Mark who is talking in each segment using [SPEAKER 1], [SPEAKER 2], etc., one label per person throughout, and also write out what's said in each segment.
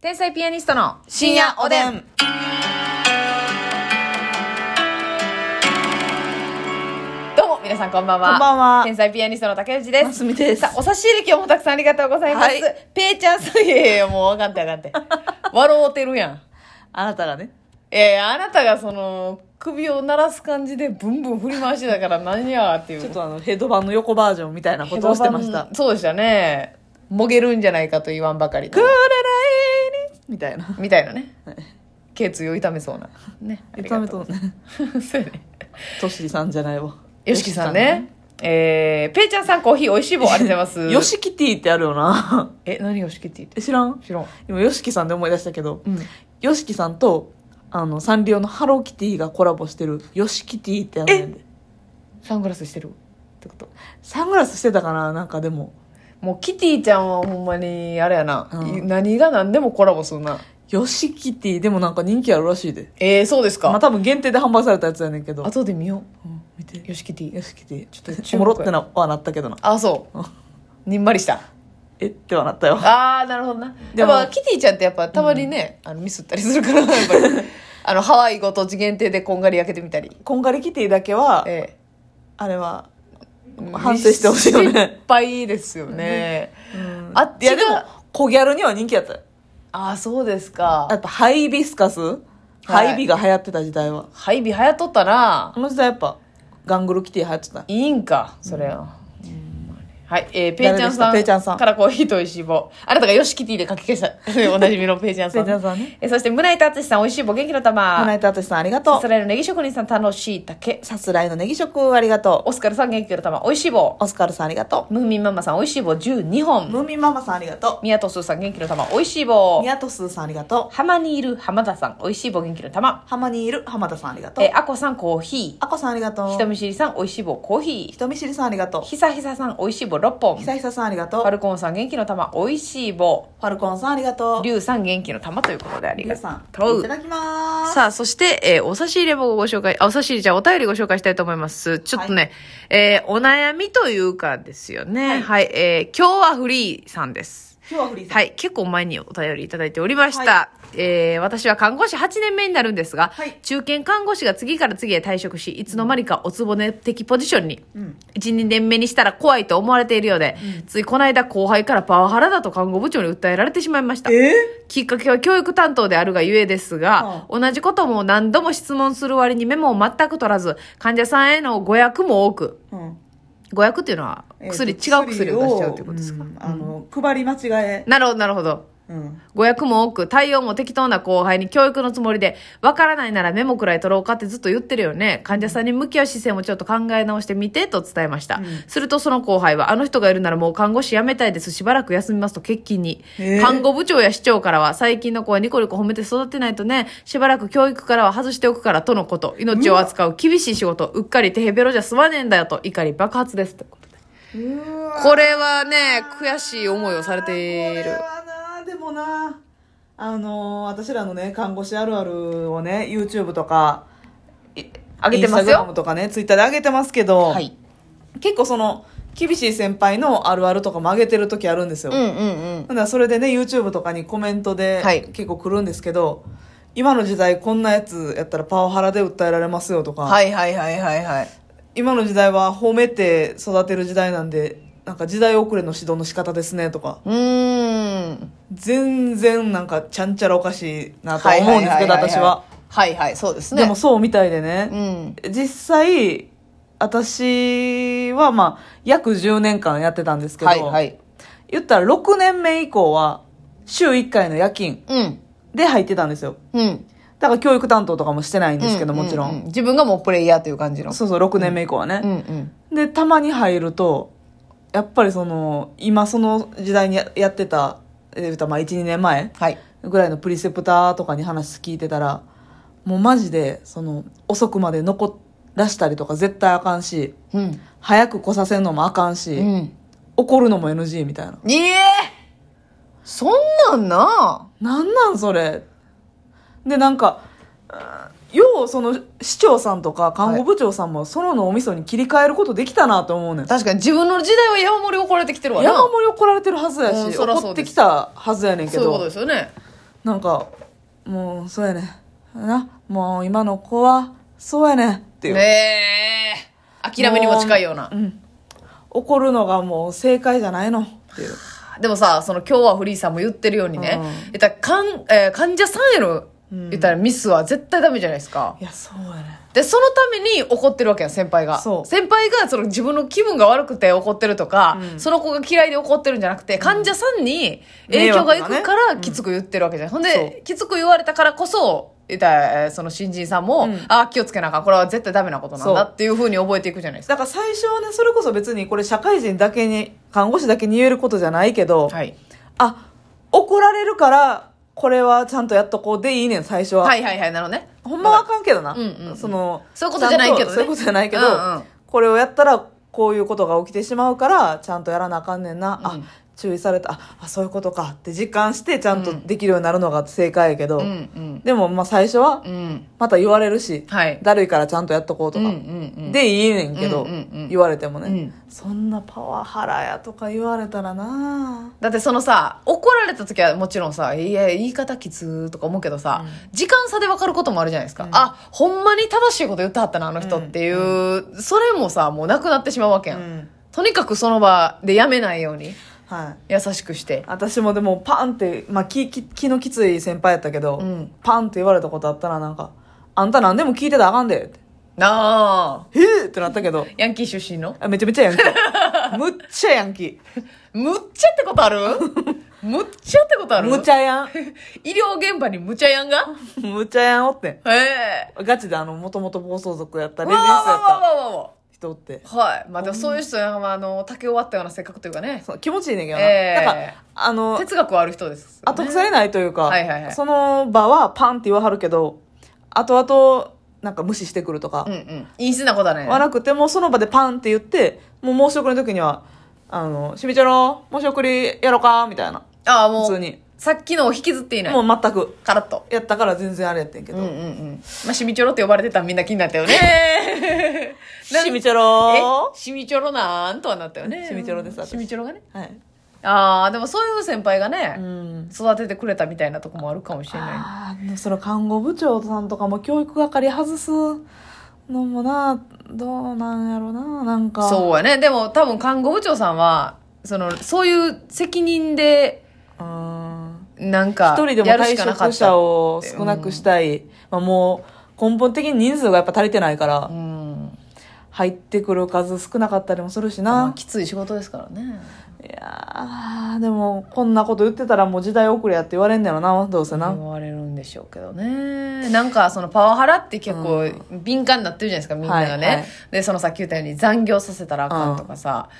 [SPEAKER 1] 天才ピアニストの深夜おでん。どうも、皆さんこんばんは。
[SPEAKER 2] こんばんは
[SPEAKER 1] 天才ピアニストの竹内です。
[SPEAKER 2] ますみです
[SPEAKER 1] さあ、お差し入れ今日もたくさんありがとうございます。
[SPEAKER 2] はい
[SPEAKER 1] ペイちゃんさん、いやいやいやもうわかんてわ かんて。笑うてるやん。
[SPEAKER 2] あなたがね
[SPEAKER 1] えあなたがその、首を鳴らす感じでブンブン振り回してたから何やっていう。
[SPEAKER 2] ちょっとあのヘッドバンの横バージョンみたいなことをしてました
[SPEAKER 1] そうでしたね。もげるんじゃないかと言わんばかり
[SPEAKER 2] 「
[SPEAKER 1] の
[SPEAKER 2] クーラライリ」みたいな
[SPEAKER 1] みたいなね
[SPEAKER 2] はい。
[SPEAKER 1] 頸椎を痛めそうな。ね。
[SPEAKER 2] 痛めと
[SPEAKER 1] あ
[SPEAKER 2] んね
[SPEAKER 1] りがとう。 そうやね。
[SPEAKER 2] としりさんじゃないわ
[SPEAKER 1] よしきさんね。えー、ペイちゃんさんコーヒー美味しい棒ありがとうございます。
[SPEAKER 2] よ。しきティーってあるよな
[SPEAKER 1] え、何よしきって言って
[SPEAKER 2] え知らん
[SPEAKER 1] 知らん。
[SPEAKER 2] 今よしきさんで思い出したけど
[SPEAKER 1] うん。
[SPEAKER 2] よしきさんとあのサンリオのハローキティがコラボしてるよしきティーってあるねんで
[SPEAKER 1] サングラスしてるってこと。
[SPEAKER 2] サングラスしてたかななんかでも
[SPEAKER 1] もうキティちゃんはほんまに、あれやな、
[SPEAKER 2] うん
[SPEAKER 1] 何が何でもコラボするな。
[SPEAKER 2] よしきティーでもなんか人気あるらしいで
[SPEAKER 1] えー、そうですか。
[SPEAKER 2] まあ多分限定で販売されたやつやねんけど、
[SPEAKER 1] 後で見よ
[SPEAKER 2] うん見て
[SPEAKER 1] う。よしきティ
[SPEAKER 2] よ。しきティー
[SPEAKER 1] ちょっと
[SPEAKER 2] おもろってなはなったけどな。
[SPEAKER 1] あ、そううんにんまりした。
[SPEAKER 2] えってはなったよ
[SPEAKER 1] あー、なるほどな。
[SPEAKER 2] で
[SPEAKER 1] やっ
[SPEAKER 2] も
[SPEAKER 1] ぱキティちゃんってやっぱたまにね、あのミスったりするから、やっぱ り。あの、ハワイご当地限定でこんがり焼けてみたり。
[SPEAKER 2] こんがりキティだけは、
[SPEAKER 1] え
[SPEAKER 2] あれは、
[SPEAKER 1] え。
[SPEAKER 2] 反省してほしいよね
[SPEAKER 1] 失敗ですよね。あっ
[SPEAKER 2] い
[SPEAKER 1] ち
[SPEAKER 2] やでも
[SPEAKER 1] が、
[SPEAKER 2] 小ギャルには人気やったよ
[SPEAKER 1] ああ、そうですか
[SPEAKER 2] や。っぱハイビスカス、ハイビが流行ってた時代は。
[SPEAKER 1] ハイビ流行っとったな
[SPEAKER 2] あ。の時代やっぱ、ガングルキティ流行ってた。
[SPEAKER 1] いいんか、それは。はい、えー、ペイち
[SPEAKER 2] 誰で
[SPEAKER 1] ゃん
[SPEAKER 2] した
[SPEAKER 1] さん。
[SPEAKER 2] ペイちゃんさん
[SPEAKER 1] からコーヒーと美味しい棒。あなたがヨシキティで書き消した。おなじみのペイちゃんさん。
[SPEAKER 2] ペイちゃんさんね
[SPEAKER 1] えーそして、村井達志さん、美味しい棒、元気の玉。
[SPEAKER 2] 花
[SPEAKER 1] さ
[SPEAKER 2] 井とあさんありがと
[SPEAKER 1] す
[SPEAKER 2] う。
[SPEAKER 1] らいのネギ職人さん、楽しい竹。
[SPEAKER 2] さすらいのネギ食ありがと
[SPEAKER 1] オスカルさん、元気の玉、美味しい棒
[SPEAKER 2] う。。オスカルさんありがと
[SPEAKER 1] ムーミンママさん、美味しい棒12
[SPEAKER 2] う。
[SPEAKER 1] 本。
[SPEAKER 2] ムーミンママさんありがと。
[SPEAKER 1] ミヤトスーさん、元気の玉、美味しいう棒
[SPEAKER 2] ミ。ヤトスーさんありがと
[SPEAKER 1] 浜にいる浜田さん、美味しい棒、元気の玉。
[SPEAKER 2] う。浜にいる浜田さんありがと
[SPEAKER 1] え
[SPEAKER 2] う
[SPEAKER 1] ー。あこさん、コーヒ
[SPEAKER 2] あこさんありがと
[SPEAKER 1] ー。
[SPEAKER 2] う。
[SPEAKER 1] 人見知りさん、美味しい棒、コーヒー。
[SPEAKER 2] 人見知りさんありがとう。
[SPEAKER 1] ひさひささん、美味しい棒6本
[SPEAKER 2] ひ。さひささんありがとう。
[SPEAKER 1] ファ
[SPEAKER 2] フ
[SPEAKER 1] ルコンさん、元気の玉、美味しい棒。
[SPEAKER 2] ァルコンさんありがとう。
[SPEAKER 1] リュウさん、元気の玉ということであり
[SPEAKER 2] リュ
[SPEAKER 1] が
[SPEAKER 2] ウさん、
[SPEAKER 1] と
[SPEAKER 2] いうた。だきます。
[SPEAKER 1] さあ、そして、えーお差し入れをご紹介、あ、お差し入れじゃあお便りご紹介したいと思います。ちょっとね、えーお悩みというかですよね。はい、えー今日はフリーさんです。
[SPEAKER 2] 今日はフリーさん。
[SPEAKER 1] はい、結構前にお便りいただいておりました。
[SPEAKER 2] は
[SPEAKER 1] えー私は堅護師8年目になるんですが、
[SPEAKER 2] はい
[SPEAKER 1] 中堅看護師が次から次へ退職し、いつの間にかおつぼね的ポジションに、
[SPEAKER 2] うん
[SPEAKER 1] 1、2年目にしたら怖いと思われているようで、ついこの間後輩からパワハラだと看護部長に訴えられてしまいました。
[SPEAKER 2] え
[SPEAKER 1] きっかけは教育担当であるがゆえですが、同じことも何度も質問する割にメモを全く取らず、患者さんへの誤訳も多く、
[SPEAKER 2] うん
[SPEAKER 1] 誤訳っていうのは薬、
[SPEAKER 2] えーと
[SPEAKER 1] 違う薬を出しちゃうということですか、
[SPEAKER 2] うんあの、配り間違え。
[SPEAKER 1] なるほど、なるほど。
[SPEAKER 2] うん。
[SPEAKER 1] 誤訳も多く、対応も適当な後輩に教育のつもりで、わからないならメモくらい取ろうかってずっと言ってるよね。患者さんに向き合う姿勢もちょっと考え直してみてと伝えました。するとその後輩は、あの人がいるならもう看護師辞めたいです。しばらく休みますと欠勤に。
[SPEAKER 2] えー
[SPEAKER 1] 看護部長や市長からは、最近の子はニコニコ褒めて育てないとね、しばらく教育からは外しておくからとのこと。命を扱う厳しい仕事、うっかり手へべろじゃ済まねえんだよと怒り爆発です。ということで
[SPEAKER 2] うわ
[SPEAKER 1] これはね、悔しい思いをされてい
[SPEAKER 2] これ
[SPEAKER 1] る。
[SPEAKER 2] はな、でもな、あのー、私らのね、看護師あるあるをね、YouTube とか、
[SPEAKER 1] あげてますよ
[SPEAKER 2] Instagram とかね、Twitter で上げてますけど、
[SPEAKER 1] はい。
[SPEAKER 2] 結構その、厳しい先輩のあるあるとかも上げてる時あるんですよ。
[SPEAKER 1] うんうんうん。
[SPEAKER 2] ほんならそれでね、YouTube とかにコメントで
[SPEAKER 1] はい
[SPEAKER 2] 結構来るんですけど、今の時代こんなやつやったらパワハラで訴えられますよとか、
[SPEAKER 1] はいはいはいはいはい。
[SPEAKER 2] 今の時代は褒めて育てる時代なんで、なんか時代遅れの指導の仕方ですねとか、
[SPEAKER 1] うーん。
[SPEAKER 2] 全然なんかちゃんちゃらおかしいなとは思うんですけど、私は。。
[SPEAKER 1] はいはい、そうですね。
[SPEAKER 2] でも、そうみたいで
[SPEAKER 1] う
[SPEAKER 2] ね、
[SPEAKER 1] ん。
[SPEAKER 2] 実際、私はまあ、約10年間やってたんですけど、
[SPEAKER 1] はいはい。
[SPEAKER 2] 言ったら6年目以降は、週1回の夜勤
[SPEAKER 1] うん。
[SPEAKER 2] で入ってたんですよ。
[SPEAKER 1] うん。
[SPEAKER 2] だから教育担当とかもしてないんですけど、もちろ。
[SPEAKER 1] ううん自分がもうプレイヤーという感じの。
[SPEAKER 2] そうそう、6年目以降はね
[SPEAKER 1] う。んうん。
[SPEAKER 2] で、たまに入ると、やっぱりその、今その時代にややってた、えー言うたらまあ1、2年前
[SPEAKER 1] はい。
[SPEAKER 2] ぐらいのプリセプターとかに話聞いてたら、もうマジで、その、遅くまで残らしたりとか絶対あかんし、
[SPEAKER 1] うん。
[SPEAKER 2] 早く来させんのもあかんし、
[SPEAKER 1] うん。
[SPEAKER 2] 怒るのも NG みたいな。
[SPEAKER 1] いえそんなんな
[SPEAKER 2] なんなんそれでなんかうんようその市長さんとか看護部長さんもその脳みそに切り替えることできたなと思うねん、
[SPEAKER 1] 確かに自分の時代は山盛り怒られてきてるわな。
[SPEAKER 2] 山盛り怒られてるはずやし、
[SPEAKER 1] うんそらそうです
[SPEAKER 2] 怒ってきたはずやねんけ
[SPEAKER 1] そういうこと
[SPEAKER 2] ど
[SPEAKER 1] ですよね。
[SPEAKER 2] なんかもうそうやねんなもう今の子はそうやねんっていう、
[SPEAKER 1] ええ諦めにも近いような
[SPEAKER 2] うん、怒るのがもう正解じゃないのっていう
[SPEAKER 1] でもさその今日はフリーさんも言ってるようにね、
[SPEAKER 2] う
[SPEAKER 1] 言ったらかんえー患者さんへの、
[SPEAKER 2] うん
[SPEAKER 1] 言ったらミスは絶対ダメじゃないですか
[SPEAKER 2] いやそうやね
[SPEAKER 1] でそのために怒ってるわけやん先輩が
[SPEAKER 2] そう
[SPEAKER 1] 先輩がその自分の気分が悪くて怒ってるとか、
[SPEAKER 2] うん
[SPEAKER 1] その子が嫌いで怒ってるんじゃなくて患者さんに影響がいく
[SPEAKER 2] 迷惑
[SPEAKER 1] か
[SPEAKER 2] が
[SPEAKER 1] らきつく言ってるわけじゃん、ほん
[SPEAKER 2] そ
[SPEAKER 1] できつく言われたからこそ言ったらえーその新人さんも、
[SPEAKER 2] うん
[SPEAKER 1] ああ気をつけなあかんこれは絶対ダメなことなんだっていうふうに覚えていくじゃないですか
[SPEAKER 2] だから最初はねそれこそ別にこれ社会人だけに看護師だけに言えることじゃないけど、
[SPEAKER 1] はい
[SPEAKER 2] あ怒られるからこれはちゃんとやっとこうでいいねん最初は、
[SPEAKER 1] はいはいはいなのね
[SPEAKER 2] ほんまはあかんけどな、
[SPEAKER 1] うんうんうん
[SPEAKER 2] その
[SPEAKER 1] そういうことじゃないけどね
[SPEAKER 2] ちんとそういうことじゃないけど、
[SPEAKER 1] うんうん
[SPEAKER 2] これをやったらこういうことが起きてしまうからちゃんとやらなあかんねんな、
[SPEAKER 1] うん
[SPEAKER 2] あ注意されたああそういうことかって実感してちゃんとできるようになるのが正解やけど、
[SPEAKER 1] うんうん
[SPEAKER 2] でもまあ最初は
[SPEAKER 1] うん
[SPEAKER 2] また言われるし、
[SPEAKER 1] はい
[SPEAKER 2] だるいからちゃんとやっとこうと
[SPEAKER 1] うん
[SPEAKER 2] か、
[SPEAKER 1] うんうん
[SPEAKER 2] でいいねんけど、
[SPEAKER 1] うんうんうん
[SPEAKER 2] 言われてもね、
[SPEAKER 1] うん
[SPEAKER 2] そんなパワハラやとか言われたらな
[SPEAKER 1] だってそのさ怒られた時はもちろんさ「いや言い方きつ」とか思うけどさ、時間差で分かることもあるじゃないですか、あほんまに正しいこと言ってはったなあの人っていう、それもさもうなくなってしまうわけやん、
[SPEAKER 2] うん
[SPEAKER 1] とにかくその場でやめないように
[SPEAKER 2] はい
[SPEAKER 1] 優しくして
[SPEAKER 2] 私もでもパンって、まあ、きき気のきつい先輩やったけど、
[SPEAKER 1] うん
[SPEAKER 2] パンって言われたことあったらなんか「あんた何でも聞いてたらあかんで」って
[SPEAKER 1] なあ
[SPEAKER 2] 「えっ!」ってなったけど
[SPEAKER 1] ヤンキー出身の
[SPEAKER 2] あめちゃめちゃヤン キーむっちゃヤンキ
[SPEAKER 1] むっちゃってことあるむっちゃってことあ
[SPEAKER 2] ー
[SPEAKER 1] る
[SPEAKER 2] むちゃやん
[SPEAKER 1] 医療現場にむちゃやんが
[SPEAKER 2] むちゃやんおってん
[SPEAKER 1] へえ
[SPEAKER 2] ガチであのもともと暴走族やった
[SPEAKER 1] わ
[SPEAKER 2] レディースや
[SPEAKER 1] わわ
[SPEAKER 2] った
[SPEAKER 1] わわわ
[SPEAKER 2] 人おって
[SPEAKER 1] はいまあでもそういう人は、まあ、あの竹終わったような性格というかね
[SPEAKER 2] そう気持ちいいねんけどな、
[SPEAKER 1] ええ
[SPEAKER 2] だからあの
[SPEAKER 1] 哲学はある人です、
[SPEAKER 2] 後腐れないというか、
[SPEAKER 1] はいはいはい
[SPEAKER 2] その場はパンって言わはるけど後々なんか無視してくるとか
[SPEAKER 1] うんうん陰湿なことだね
[SPEAKER 2] はなくてもうその場でパンって言ってもう申し送りの時には「あのしみちょろ申し送りやろか」みたいな
[SPEAKER 1] ああも
[SPEAKER 2] 普通
[SPEAKER 1] う
[SPEAKER 2] に
[SPEAKER 1] さっきのを引きずっていない
[SPEAKER 2] もう全く
[SPEAKER 1] カラッと
[SPEAKER 2] やったから全然あれやってんけ
[SPEAKER 1] う
[SPEAKER 2] ど
[SPEAKER 1] んうんうんまあシミチョロって呼ばれてたらみんな気になったよね
[SPEAKER 2] 「しみちょろ
[SPEAKER 1] えシミチョロなんとはなったよね
[SPEAKER 2] シミチョロです私
[SPEAKER 1] シミチョロがね」
[SPEAKER 2] はい
[SPEAKER 1] ああでもそういう先輩がね、
[SPEAKER 2] うん
[SPEAKER 1] 育ててくれたみたいなとこもあるかもしれな
[SPEAKER 2] あーでもその看護部長さんとかも教育係外すのもなどうなんやろななん
[SPEAKER 1] い
[SPEAKER 2] か
[SPEAKER 1] そうやねでも多分看護部長さんはそのそういう責任で
[SPEAKER 2] うん
[SPEAKER 1] なんか
[SPEAKER 2] 一人でも
[SPEAKER 1] やる
[SPEAKER 2] 退
[SPEAKER 1] しかなか
[SPEAKER 2] 職
[SPEAKER 1] った
[SPEAKER 2] 者を少なくしたい、まあ、もう根本的に人数がやっぱ足りてないから、
[SPEAKER 1] うん
[SPEAKER 2] 入ってくる数少なかったりもするし
[SPEAKER 1] まあ
[SPEAKER 2] な、
[SPEAKER 1] きつい仕事ですからね
[SPEAKER 2] いやーでもこんなこと言ってたらもう時代遅れやって言われんねやろなどうせな、
[SPEAKER 1] 思われるんでしょうけどねなんかそのパワハラって結構敏感になってるじゃないですか、みんながね、
[SPEAKER 2] はいはい
[SPEAKER 1] でそのさっき言ったように残業させたらあかんとかさ、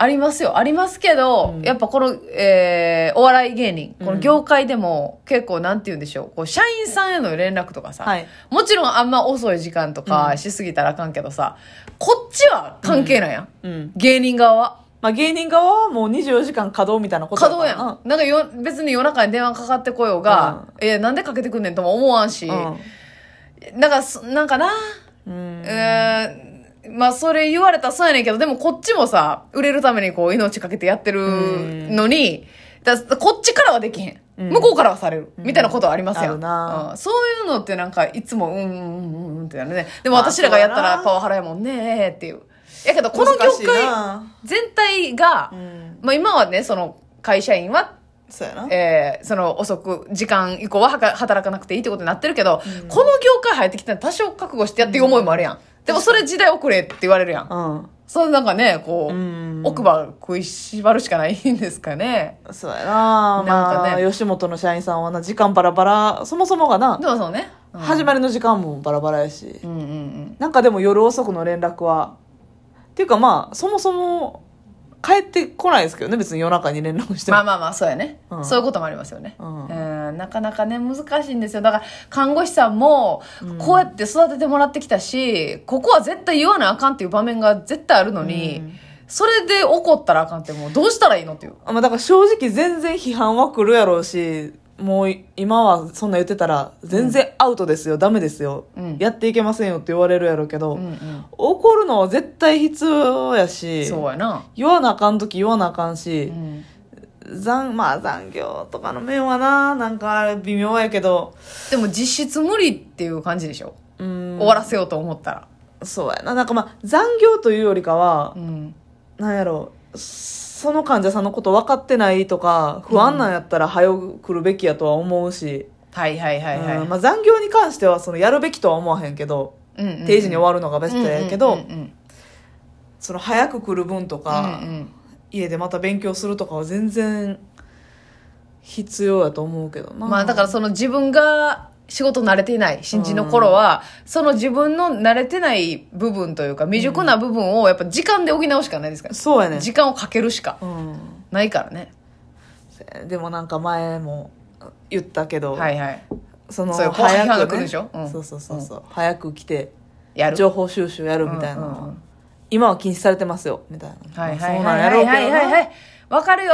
[SPEAKER 1] ありますよありますけど、やっぱこの、えーお笑い芸人この業界でも結構なんて言うんでしょうこう社員さんへの連絡とかさ、
[SPEAKER 2] はい
[SPEAKER 1] もちろんあんま遅い時間とかしすぎたらあかんけどさ、こっちは関係ないやん、
[SPEAKER 2] うん
[SPEAKER 1] 芸人側は。
[SPEAKER 2] まあ、芸人側はもう24時間稼働みたいなこと
[SPEAKER 1] 稼
[SPEAKER 2] だか
[SPEAKER 1] 働
[SPEAKER 2] ら
[SPEAKER 1] や。な
[SPEAKER 2] なん
[SPEAKER 1] んかよ、別に夜中に電話かかってこようが、えーなんでかけてくんねんとも思わんし、なんかそ、なんかな、
[SPEAKER 2] うん、うん
[SPEAKER 1] えーまあそれ言われたらそうやねんけど、でもこっちもさ、売れるためにこう命かけてやってるのに、だこっちからはできへん。向こうからはされる。みたいなことはありますやん。
[SPEAKER 2] あるな
[SPEAKER 1] うんそういうのってなんか、いつも、うんうんうんうんってなるね。でも私らがやった
[SPEAKER 2] まあそうや
[SPEAKER 1] ら
[SPEAKER 2] な
[SPEAKER 1] パワハラやもんねーっていう。やけど、この業
[SPEAKER 2] 難しい
[SPEAKER 1] 界
[SPEAKER 2] な
[SPEAKER 1] 全体が、
[SPEAKER 2] うん
[SPEAKER 1] まあ今はね、その会社員は
[SPEAKER 2] そうやな
[SPEAKER 1] えーその遅く時間以降ははか働かなくていいってことになってるけど、この業界入ってきたら多少覚悟してやっていう思いもあるやん、でもそれ時代遅れって言われるやん、
[SPEAKER 2] うん
[SPEAKER 1] それなんかねこう、
[SPEAKER 2] うん
[SPEAKER 1] 奥歯食いしばるしかないんですかね
[SPEAKER 2] そうや
[SPEAKER 1] な
[SPEAKER 2] な
[SPEAKER 1] んかね
[SPEAKER 2] まあ、吉本の社員さんはな時間バラバラそもそもがな
[SPEAKER 1] でもそうね、うん
[SPEAKER 2] 始まりの時間もバラバラやし、
[SPEAKER 1] うんうんうん
[SPEAKER 2] なんかでも夜遅くの連絡はっていうかまあそもそも帰ってこないですけどね別に夜中に連絡しても、
[SPEAKER 1] まあまあまあそうやね、
[SPEAKER 2] うん
[SPEAKER 1] そういうこともありますよね、
[SPEAKER 2] うん
[SPEAKER 1] んなかなかね難しいんですよだから看護師さんもこうやって育ててもらってきたし、ここは絶対言わなあかんっていう場面が絶対あるのに、それで怒ったらあかんってもうどうしたらいいのっていう
[SPEAKER 2] まあ、だから正直全然批判は来るやろうしもう今はそんな言ってたら全然アウトですよ、ダメですよ、
[SPEAKER 1] うん
[SPEAKER 2] やっていけませんよって言われるやろうけど、
[SPEAKER 1] うんうん
[SPEAKER 2] 怒るのは絶対必要やし
[SPEAKER 1] そうやな、
[SPEAKER 2] 言わなあかん時言わなあかんし、
[SPEAKER 1] うん
[SPEAKER 2] 残まあ残業とかの面はななんかあれ微妙やけど
[SPEAKER 1] でも実質無理っていう感じでしょ
[SPEAKER 2] うん
[SPEAKER 1] 終わらせようと思ったら
[SPEAKER 2] そうやななんかまあ残業というよりかは
[SPEAKER 1] う、ん
[SPEAKER 2] なんやろその患者さんのこと分かってないとか不安なんやったら早く来るべきやとは思うし、
[SPEAKER 1] はいはいはいはい、
[SPEAKER 2] うんまあ、残業に関してはそのやるべきとは思わへんけど、
[SPEAKER 1] うんうんうん
[SPEAKER 2] 定時に終わるのがベストやけど、
[SPEAKER 1] うんうんうん
[SPEAKER 2] その早く来る分とか、
[SPEAKER 1] うんうん
[SPEAKER 2] 家でまた勉強するとかは全然必要やと思うけどな
[SPEAKER 1] まあだからその自分が仕事慣れていない新人の頃は、その自分の慣れてない部分というか未熟な部分をやっぱ時間で補うしかないですから、
[SPEAKER 2] そうやねん
[SPEAKER 1] 時間をかけるしか
[SPEAKER 2] うん
[SPEAKER 1] ないからね、
[SPEAKER 2] でもなんか前も言ったけど、
[SPEAKER 1] はいはい
[SPEAKER 2] その
[SPEAKER 1] そうよ後輩批判が来るでしょうん
[SPEAKER 2] そうそうそうそう早く来て
[SPEAKER 1] やる
[SPEAKER 2] 情報収集やるみたいなのは、今は禁止されてますよみたいな、
[SPEAKER 1] はい
[SPEAKER 2] まあ
[SPEAKER 1] はい
[SPEAKER 2] そうな
[SPEAKER 1] は
[SPEAKER 2] ん
[SPEAKER 1] い
[SPEAKER 2] や
[SPEAKER 1] は
[SPEAKER 2] ろう
[SPEAKER 1] い
[SPEAKER 2] けどな
[SPEAKER 1] はいはいはいわかるよ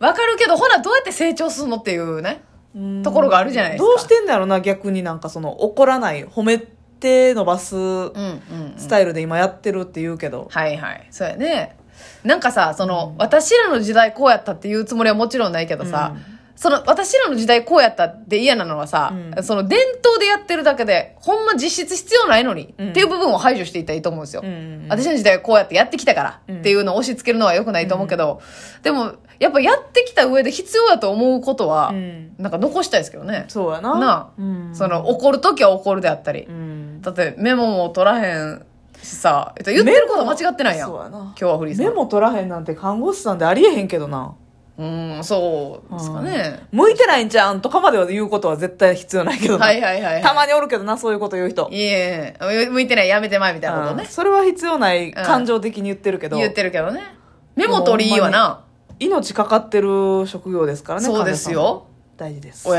[SPEAKER 1] わかるけどほなどうやって成長するのっていうね
[SPEAKER 2] うん
[SPEAKER 1] ところがあるじゃないですか
[SPEAKER 2] どうしてんだろうな逆になんかその怒らない褒めて伸ばす
[SPEAKER 1] うんうん、うん、
[SPEAKER 2] スタイルで今やってるって言うけど、
[SPEAKER 1] はいはいそうやねなんかさその、私らの時代こうやったっていうつもりはもちろんないけどさ、その私らの時代こうやったって嫌なのはさ、
[SPEAKER 2] う
[SPEAKER 1] その伝統でやってるだけでほんま実質必要ないのに、
[SPEAKER 2] うん
[SPEAKER 1] っていう部分を排除していったらいいと思うんですよ、
[SPEAKER 2] うんうんうん
[SPEAKER 1] 私の時代はこうやってやってきたからっていうのを押し付けるのは良くないと思うけど、でもやっぱやってきた上で必要だと思うことは、
[SPEAKER 2] うん
[SPEAKER 1] なんか残したいですけどね、
[SPEAKER 2] そうやな
[SPEAKER 1] なあ
[SPEAKER 2] うん
[SPEAKER 1] その怒る時は怒るであったり、
[SPEAKER 2] うん
[SPEAKER 1] だってメモも取らへんしさえっと言ってることは間違ってないやん
[SPEAKER 2] そうや
[SPEAKER 1] 今
[SPEAKER 2] な
[SPEAKER 1] 日はフリーさん
[SPEAKER 2] メモ取らへんなんて看護師さんでありえへんけどな
[SPEAKER 1] うーん、そうですかね。
[SPEAKER 2] 向いてないんじゃうんとかまでは言うことは絶対必要ないけどな、
[SPEAKER 1] はいはいはい。
[SPEAKER 2] たまにおるけどなそういうこと言う人
[SPEAKER 1] いえ、向いてない、やめてまいみたいなこと
[SPEAKER 2] うん
[SPEAKER 1] ね。
[SPEAKER 2] それは必要ない感情的に言ってるけど、
[SPEAKER 1] 言ってるけどね。メモ取りいいわな。
[SPEAKER 2] 命かかってる職業ですからね
[SPEAKER 1] そうですよ
[SPEAKER 2] 患者さんも大事です
[SPEAKER 1] おや